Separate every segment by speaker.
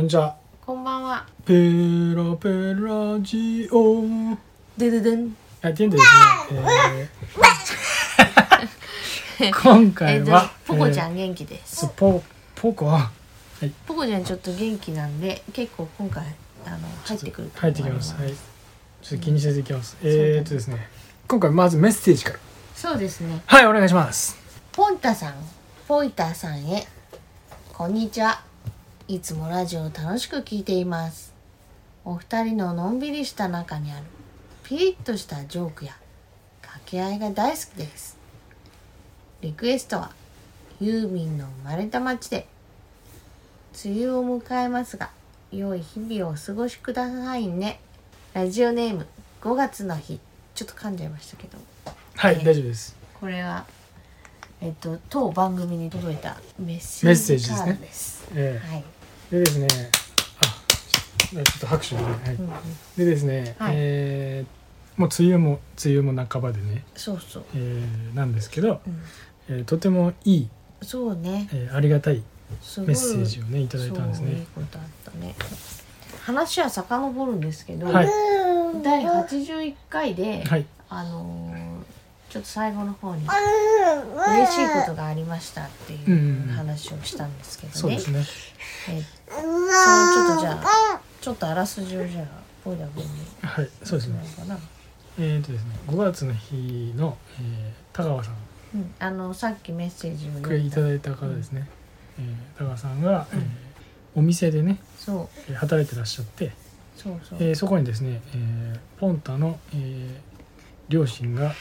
Speaker 1: んにちは。
Speaker 2: こんばんは。
Speaker 1: ペラペラジオ。
Speaker 2: でででん。
Speaker 1: あ、てんでですね。えー今
Speaker 2: え
Speaker 1: 回
Speaker 2: っと
Speaker 1: は、、
Speaker 2: ポコち
Speaker 1: え
Speaker 2: ゃ
Speaker 1: ー
Speaker 2: ん元気です。
Speaker 1: そうポポコは
Speaker 2: ポコちゃんちょっと元気なんで、結構今回、あの、入ってくると
Speaker 1: 入
Speaker 2: 思
Speaker 1: ってきます。はい。ちょっと気にせずいきます。
Speaker 2: うだね
Speaker 1: えーっとですね。今回まずメッセージから。
Speaker 2: そうですね。
Speaker 1: はい、お願いします。
Speaker 2: ポンタさん、ポイタさんへ。こんにちは。いつもラジオを楽しく聞いています。お二人ののんびりした中にあるピリッとしたジョークや掛け合いが大好きです。リクエストはユーミンの生まれた町で梅雨を迎えますが良い日々をお過ごしくださいね。ラジオネーム5月の日。ちょっと噛んじゃいましたけど。
Speaker 1: はい、
Speaker 2: えー
Speaker 1: 大丈夫です。
Speaker 2: これは、えっと、当番組に届いたメッセ
Speaker 1: メッセ
Speaker 2: ー
Speaker 1: ー
Speaker 2: ジ
Speaker 1: ジ
Speaker 2: カ
Speaker 1: です
Speaker 2: ー
Speaker 1: ね
Speaker 2: ドです。
Speaker 1: え
Speaker 2: はい、
Speaker 1: ーでですね。あ、ちょっとちょっと拍手でね。はい
Speaker 2: うんうん、
Speaker 1: でですね。
Speaker 2: はい
Speaker 1: えーもう梅雨も梅雨も半ばでね、
Speaker 2: そうそう、
Speaker 1: えーなんですけど、
Speaker 2: うん、
Speaker 1: えーとてもいい、
Speaker 2: そうね、
Speaker 1: えーありがたい
Speaker 2: すごい
Speaker 1: メッセージをねいただいたんです
Speaker 2: そうい
Speaker 1: ね
Speaker 2: い。ことあったね。話は遡るんですけど、
Speaker 1: はい
Speaker 2: 第81回で、
Speaker 1: はい
Speaker 2: あのーちょっと最後の方に嬉しいことがありましたっていう話をしたんですけ
Speaker 1: そ
Speaker 2: ど
Speaker 1: う
Speaker 2: ね、
Speaker 1: ですね。
Speaker 2: えーそのちょっとじゃあちょっとあらすじをじゃあポイダ君に
Speaker 1: はいそうです
Speaker 2: な
Speaker 1: ね
Speaker 2: の。かな。
Speaker 1: えっ、とですね5月の日の、えー、田川さん
Speaker 2: うんあのさっきメッセージを
Speaker 1: これ
Speaker 2: 読
Speaker 1: い
Speaker 2: んだ
Speaker 1: ただいた方ですね。えー田川さんが、えーお店でね
Speaker 2: そう
Speaker 1: えー働いてらっしゃって、
Speaker 2: そうそう、
Speaker 1: えーそこにですね、えーポンタの、えー両親が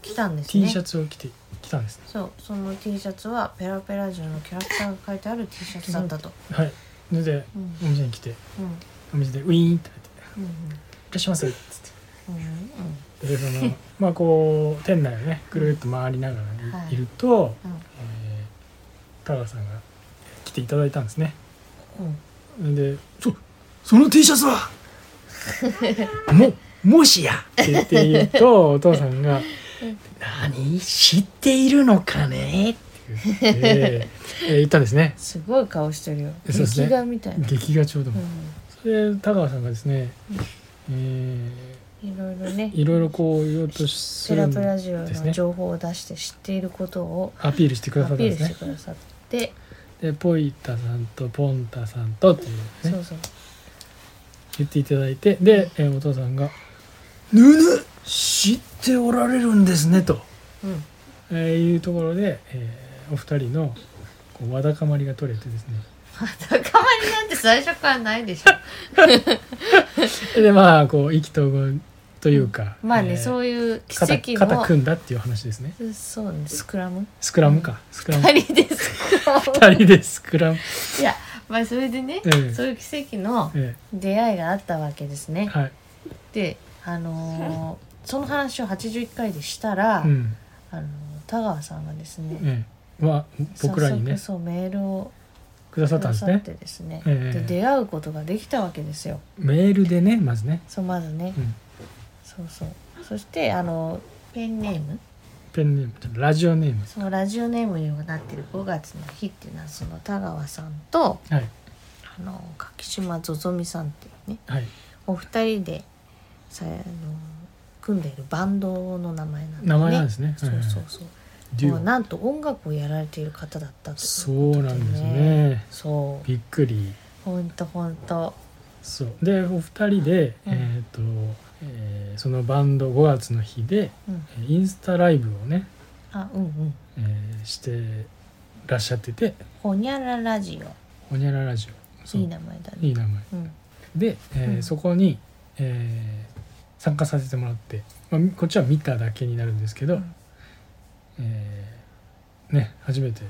Speaker 2: 来たんですね
Speaker 1: T シャツを着て来たんですね。
Speaker 2: そうその T シャツはペラペラジオのキャラクターが書いてある T シャツだったと、
Speaker 1: はい。それで
Speaker 2: うん
Speaker 1: お店に来て
Speaker 2: うん
Speaker 1: お店でウィーンって入って
Speaker 2: うん
Speaker 1: 「いらっしゃいませ」っつって。
Speaker 2: うん
Speaker 1: でその まあこう店内をねぐるっと回りながらい,、
Speaker 2: はい
Speaker 1: ると、
Speaker 2: うん
Speaker 1: えー、田川さんが来ていただいたんですね
Speaker 2: うんうん
Speaker 1: で「そその T シャツはももしや!」って言って言うとお父さん が「何知っているのかね?」って言って、えー言ったんですね
Speaker 2: すごい顔してるよ
Speaker 1: そうですね
Speaker 2: 劇画みたいな、
Speaker 1: 劇画調でも、
Speaker 2: う
Speaker 1: それで田川さんがですね、え
Speaker 2: ん、いろいろね
Speaker 1: ーいろいろこう言おうとす
Speaker 2: ペ
Speaker 1: る
Speaker 2: ラ
Speaker 1: ん
Speaker 2: ペラジオ
Speaker 1: です
Speaker 2: の
Speaker 1: ね
Speaker 2: 情報を出して知っていることを
Speaker 1: アピールしてくだ
Speaker 2: ア
Speaker 1: さった
Speaker 2: ピ
Speaker 1: ん
Speaker 2: ー
Speaker 1: で
Speaker 2: ル
Speaker 1: すね
Speaker 2: してくださって、
Speaker 1: でポイタさんとポンタさんとっていう、
Speaker 2: そ
Speaker 1: ね、
Speaker 2: うそう
Speaker 1: 言っていただいてで、えーお父さんが「ぬぬ知っておられるんですね」と、
Speaker 2: うん
Speaker 1: えーいうところで、えーお二人のこうわだかまりが取れてですね
Speaker 2: 高まりなんて最初からないでしょ
Speaker 1: でまあこう意気投合というか、
Speaker 2: まあね、
Speaker 1: えー
Speaker 2: そういう奇
Speaker 1: 肩
Speaker 2: 跡
Speaker 1: 肩
Speaker 2: の
Speaker 1: 組んだっていう話ですね
Speaker 2: そうねスクラム
Speaker 1: スクラムかスクラム
Speaker 2: 二人ですスクラム
Speaker 1: 二人でスクラム、
Speaker 2: いやまあそれでね、
Speaker 1: ええ
Speaker 2: そういう奇跡の
Speaker 1: え
Speaker 2: 出会いがあったわけです
Speaker 1: ー
Speaker 2: ね。
Speaker 1: はい、
Speaker 2: であのーその話を81回でしたら、
Speaker 1: うん
Speaker 2: あのー田川さんがですね、
Speaker 1: えーまあ僕らにね
Speaker 2: 早速そうメールを
Speaker 1: くださ
Speaker 2: く
Speaker 1: ったん
Speaker 2: だ
Speaker 1: です
Speaker 2: さっ
Speaker 1: ね
Speaker 2: てですね
Speaker 1: ええ
Speaker 2: で出会うことができたわけですよ。
Speaker 1: メールでねまずね、
Speaker 2: そうまずね、
Speaker 1: うん、
Speaker 2: そうそうそしてあのペンネーム
Speaker 1: ペンネームじゃないラジオネーム
Speaker 2: そのラジオネームにもなってる5月の日っていうのはその田川さんと
Speaker 1: はい
Speaker 2: あの柿島ぞぞみさんっていうね
Speaker 1: はい
Speaker 2: お二人でさあの組んでいるバンドの名前なんで、ね、
Speaker 1: 名前なんですね
Speaker 2: そう
Speaker 1: はいはい
Speaker 2: そうそう、
Speaker 1: デュオ
Speaker 2: もうなんと音楽をやられている方だったとい
Speaker 1: そうなんですね。
Speaker 2: そう
Speaker 1: びっくり。
Speaker 2: ほんとほんと
Speaker 1: そうでお二人で、
Speaker 2: うん
Speaker 1: えっ、と、えーそのバンド5月の日で
Speaker 2: うん
Speaker 1: えーインスタライブをね、
Speaker 2: あうんうん
Speaker 1: えーしてらっしゃってて
Speaker 2: ほにゃらラジオ
Speaker 1: 「ほにゃらラジオ」そう
Speaker 2: いい名前だね
Speaker 1: いい名前
Speaker 2: うん
Speaker 1: で、えー
Speaker 2: うん
Speaker 1: そこに、えー参加させてもらって、まあ、みこっちは見ただけになるんですけど、
Speaker 2: うん
Speaker 1: えーね初めて、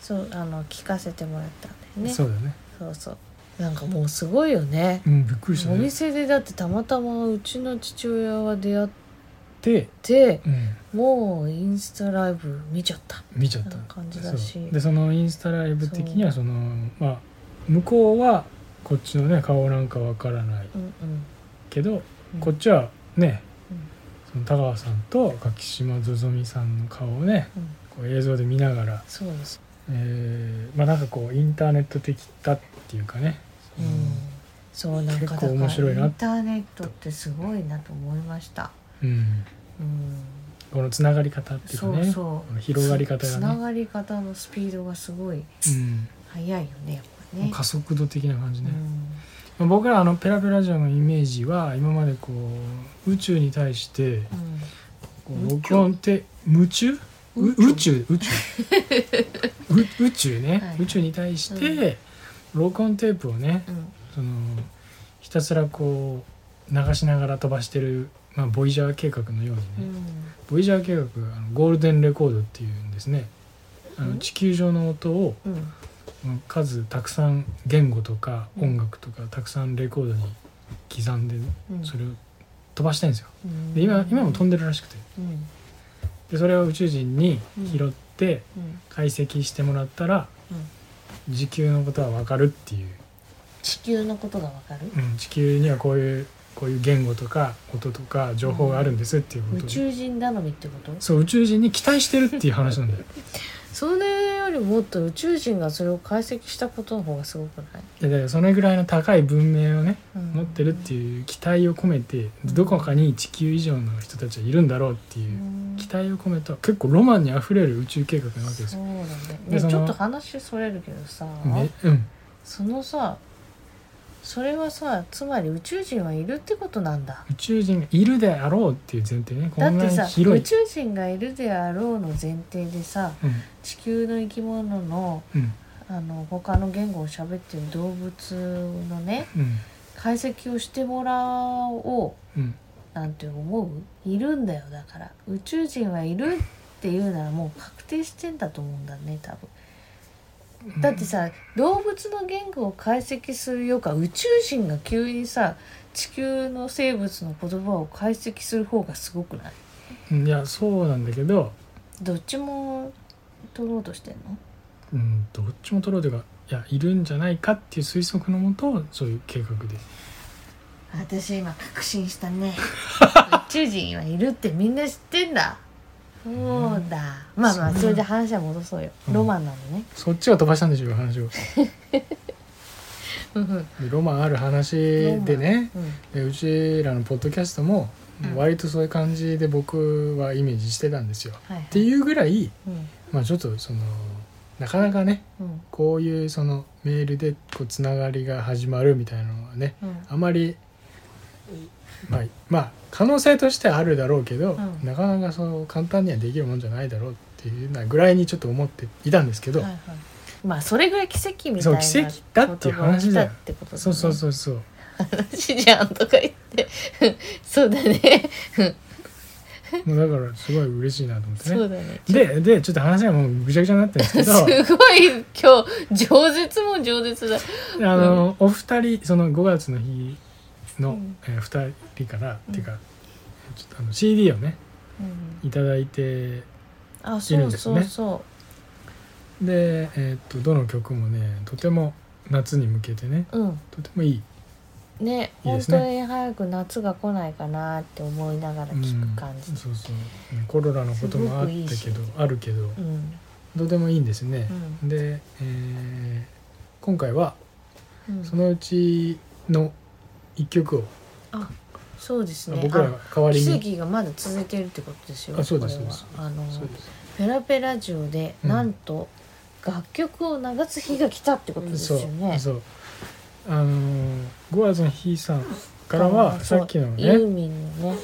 Speaker 2: そうあの聞かせてもらったんだよね
Speaker 1: そ
Speaker 2: そう
Speaker 1: うだね、
Speaker 2: そうなんかもうすごいよね
Speaker 1: うん、びっくりした
Speaker 2: お
Speaker 1: ね。
Speaker 2: 店でだってたまたまうちの父親が出会っ
Speaker 1: で、
Speaker 2: て
Speaker 1: うん、
Speaker 2: もうインスタライブ見ちゃった
Speaker 1: 見ちゃった
Speaker 2: な感じだし
Speaker 1: そうでそのインスタライブ的にはそのまあ向こうはこっちのね顔なんかわからない
Speaker 2: うんうん
Speaker 1: けど、
Speaker 2: うん
Speaker 1: こっちはね、
Speaker 2: うん
Speaker 1: その田川さんと柿島ぞぞみさんの顔をね
Speaker 2: うん
Speaker 1: こう映像で見ながら、
Speaker 2: そうです
Speaker 1: えーまあなんかこうインターネット的だっていうかね
Speaker 2: そうなんか
Speaker 1: 結
Speaker 2: だ
Speaker 1: 構
Speaker 2: から
Speaker 1: 面白いな
Speaker 2: インターネットってすごいなと思いました。
Speaker 1: うん、
Speaker 2: うん、
Speaker 1: このつながり方っていうか
Speaker 2: そ
Speaker 1: ね
Speaker 2: うそ
Speaker 1: こ
Speaker 2: う
Speaker 1: の広がり方
Speaker 2: つ
Speaker 1: が
Speaker 2: な
Speaker 1: ね、
Speaker 2: がり方のスピードがすごい
Speaker 1: うん
Speaker 2: 速いよねやっぱね。
Speaker 1: 加速度的な感じ
Speaker 2: う
Speaker 1: ね、
Speaker 2: ん
Speaker 1: まあ僕らあのペラペラジオのイメージは今までこう宇宙に対して
Speaker 2: うん
Speaker 1: こう録音って夢中う宇宙宇宙 う宇宙ね、
Speaker 2: はい
Speaker 1: 宇宙に対して録音テープをね
Speaker 2: うん
Speaker 1: そのひたすらこう流しながら飛ばしてる、まあ、ボイジャー計画のようにね、
Speaker 2: うん
Speaker 1: ボイジャー計画あのゴールデンレコードっていうんですねあ
Speaker 2: う
Speaker 1: の
Speaker 2: ん
Speaker 1: 地球上の音を
Speaker 2: うん
Speaker 1: まあ数たくさん言語とか
Speaker 2: うん
Speaker 1: 音楽とかたくさんレコードに刻んで
Speaker 2: うん
Speaker 1: それを飛ばしたいんですよ
Speaker 2: うん
Speaker 1: で今今も飛んでるらしくて
Speaker 2: うん
Speaker 1: でそれを宇宙人に拾って
Speaker 2: うん
Speaker 1: 解析してもらったら
Speaker 2: うん
Speaker 1: 地球のことは分かるっていう、
Speaker 2: 地球のことがわかる
Speaker 1: うん、地球にはこういうこういう言語とか音とか情報があるんですっていうこ
Speaker 2: 宇
Speaker 1: とを
Speaker 2: 宙人頼みってこと
Speaker 1: そう宇宙人に期待してるっていう話なんだよ
Speaker 2: それよりもっと宇宙人がそれを解析したことの方がすごくない、
Speaker 1: いやだからそれぐらいの高い文明をね
Speaker 2: うん
Speaker 1: 持ってるっていう期待を込めてどこかに地球以上の人たちはいるんだろうって
Speaker 2: う
Speaker 1: いうん期待を込めた結構ロマンにあふれる宇宙計画なわけです
Speaker 2: そ
Speaker 1: よ。
Speaker 2: うなんだよ
Speaker 1: で
Speaker 2: ね
Speaker 1: その
Speaker 2: ちょっと話それるけどさ、
Speaker 1: ねうん、
Speaker 2: そのさそれはさつまり宇宙人はいるってことなんだ
Speaker 1: 宇宙人がいるであろうっていう前提ねこ
Speaker 2: だっ
Speaker 1: んな
Speaker 2: て
Speaker 1: に
Speaker 2: さ
Speaker 1: 広
Speaker 2: 宇
Speaker 1: い。
Speaker 2: 宙人がいるであろうの前提でさ
Speaker 1: うん
Speaker 2: 地球の生き物の
Speaker 1: うん
Speaker 2: あの他の言語を喋ってる動物のね
Speaker 1: うん
Speaker 2: 解析をしてもらおう
Speaker 1: うん
Speaker 2: なんて思ういるんだよだから宇宙人はいるっていうならもう確定してんだと思うんだね多分だってさ動物の言語を解析するよか宇宙人が急にさ地球の生物の言葉を解析する方がすごくない
Speaker 1: うんいやそうなんだけど、
Speaker 2: どっちも取ろうとしてんの
Speaker 1: うん、どっちも取ろうというかいやいるんじゃないかっていう推測のもとそういう計画で
Speaker 2: 私今確信したね 宇宙人はいるってみんな知ってんだそうだまあまあ
Speaker 1: そう
Speaker 2: それで話は戻そうよ
Speaker 1: うん
Speaker 2: ロマンなのね
Speaker 1: そっちが飛ばしたんでしょう話を。
Speaker 2: うんうん
Speaker 1: でロマンある話でね
Speaker 2: うん
Speaker 1: でうちらのポッドキャストも
Speaker 2: うん
Speaker 1: 割とそういう感じで僕はイメージしてたんですよ。
Speaker 2: はいはい
Speaker 1: っていうぐらい、
Speaker 2: うん
Speaker 1: まあ、ちょっとそのなかなかね
Speaker 2: うん
Speaker 1: こういうそのメールでこうつながりが始まるみたいなのはね
Speaker 2: うん
Speaker 1: あまり、まあ、まあ可能性としてはあるだろうけど、
Speaker 2: うん
Speaker 1: なかなかそう簡単にはできるもんじゃないだろうっていうなぐらいにちょっと思っていたんですけど、
Speaker 2: はいはい、まあそれぐらい奇跡みたいな
Speaker 1: そう奇跡だっていう話だよ
Speaker 2: ことが起きたってことだね
Speaker 1: そうそうそうそう
Speaker 2: 話じゃんとか言って そうだね
Speaker 1: もうだからすごい嬉しいなと思ってね。
Speaker 2: そうだね
Speaker 1: ででちょっと話がもうぐちゃぐちゃになってるんですけ
Speaker 2: す
Speaker 1: ど
Speaker 2: ごい今日饒舌も饒舌だ
Speaker 1: あの、お二人その5月の日の、
Speaker 2: うん
Speaker 1: えー二人から、
Speaker 2: うん
Speaker 1: っていうかちょっとあの CD をね
Speaker 2: うん
Speaker 1: いただいて
Speaker 2: あ
Speaker 1: いる
Speaker 2: そ
Speaker 1: ん
Speaker 2: う
Speaker 1: です
Speaker 2: そ
Speaker 1: ね
Speaker 2: うそ
Speaker 1: で、えーっとどの曲もねとても夏に向けてね
Speaker 2: ううん
Speaker 1: とてもいい、いい
Speaker 2: ね
Speaker 1: で
Speaker 2: 本
Speaker 1: すね
Speaker 2: 当に早く夏が来ないかなって思いながら聞く感じ
Speaker 1: うん、そうそうコロナのこともあった
Speaker 2: す
Speaker 1: け
Speaker 2: ご
Speaker 1: ど
Speaker 2: くい
Speaker 1: あるけど
Speaker 2: うん
Speaker 1: とてもいいんですね
Speaker 2: う、ん
Speaker 1: で、えー今回は
Speaker 2: うん
Speaker 1: そのうちの1曲を、
Speaker 2: そうですね
Speaker 1: 僕ら
Speaker 2: あ
Speaker 1: が代わりに
Speaker 2: 奇跡がまだ続いてるってことですよ
Speaker 1: あそうです
Speaker 2: これは
Speaker 1: そう
Speaker 2: あの
Speaker 1: そうです
Speaker 2: ペラペラジオで
Speaker 1: うん
Speaker 2: なんと楽曲を流す日が来たってことです
Speaker 1: そ
Speaker 2: よ
Speaker 1: う
Speaker 2: ね。
Speaker 1: そうあのー、5月の日さんからは
Speaker 2: そう
Speaker 1: さっきの
Speaker 2: ユー
Speaker 1: ね、
Speaker 2: ミンのね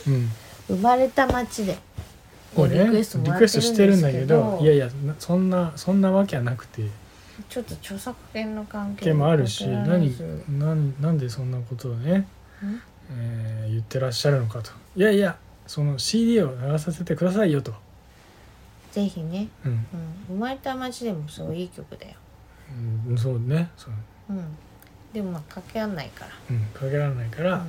Speaker 1: うん、
Speaker 2: 生まれた街で、
Speaker 1: をね
Speaker 2: リクエストも
Speaker 1: リ
Speaker 2: ら
Speaker 1: ク
Speaker 2: ってるんで
Speaker 1: エストしてるんだけどいやい
Speaker 2: や
Speaker 1: やなそんなそんなわけはなくて
Speaker 2: ちょっと著作権の関係
Speaker 1: 件もあるし
Speaker 2: 関係ある
Speaker 1: 何なんなんでそんなことをね、えー言ってらっしゃるのかといやいやその CD を流させてくださいよと、
Speaker 2: ぜひね、
Speaker 1: うん
Speaker 2: うん、生まれた街でもすごいいい曲だよ。
Speaker 1: うん、そうねそう、
Speaker 2: うん、でもまあかけあんないから
Speaker 1: うん、かけられないから、
Speaker 2: うん
Speaker 1: うん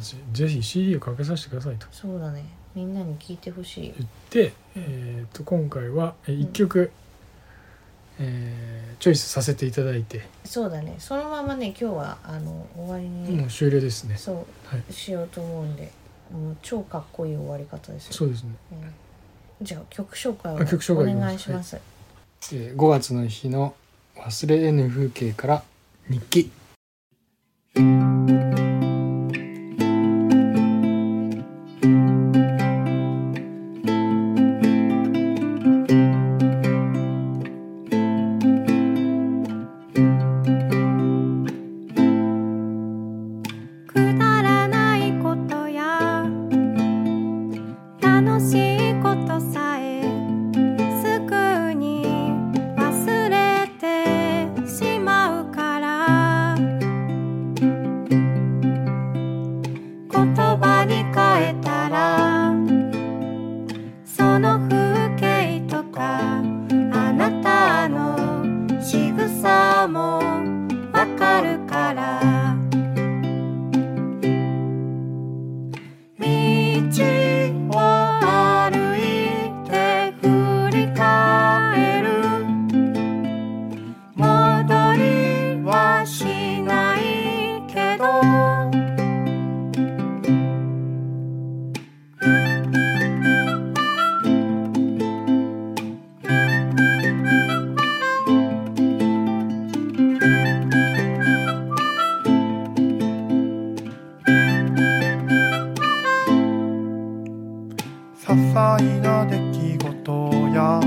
Speaker 1: ぜぜひ CD をかけさせてくださいと
Speaker 2: そうだねみんなに聞いてほしいよ。
Speaker 1: 言って、えー、と今回は1曲、えーチョイスさせていただいて、
Speaker 2: そうだねそのままね今日はあの終わりに、
Speaker 1: もう終了ですね
Speaker 2: そう、
Speaker 1: はい
Speaker 2: しようと思うんでもう超かっこいい終わり方ですよ
Speaker 1: そうですね、
Speaker 2: うんじゃあ曲紹介を
Speaker 1: あ曲紹介いき
Speaker 2: お
Speaker 1: ます
Speaker 2: 願いします、
Speaker 1: えー5月の日の「忘れ得ぬ風景」から日記
Speaker 3: くだらないことや楽しいことさえすぐに忘れてしまうから言葉に変えたらその風景とかあなたの仕草もわかるから道を歩いて振り返る戻りはしないけど
Speaker 4: 些細な出来事や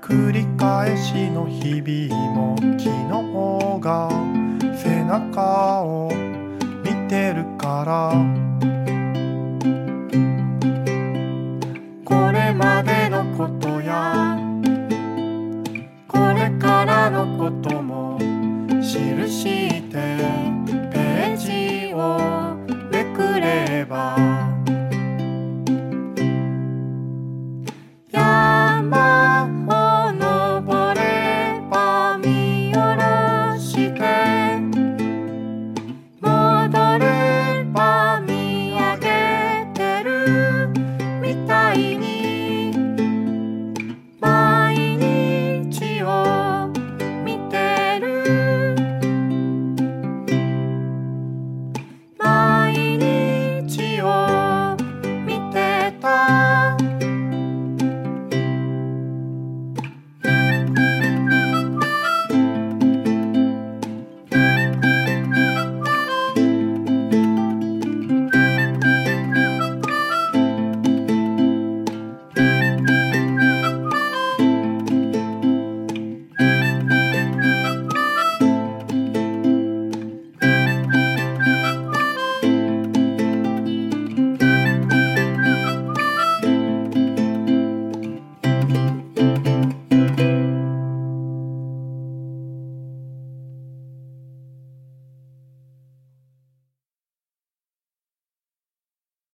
Speaker 4: 繰り返しの日々も昨日が背中を見てるから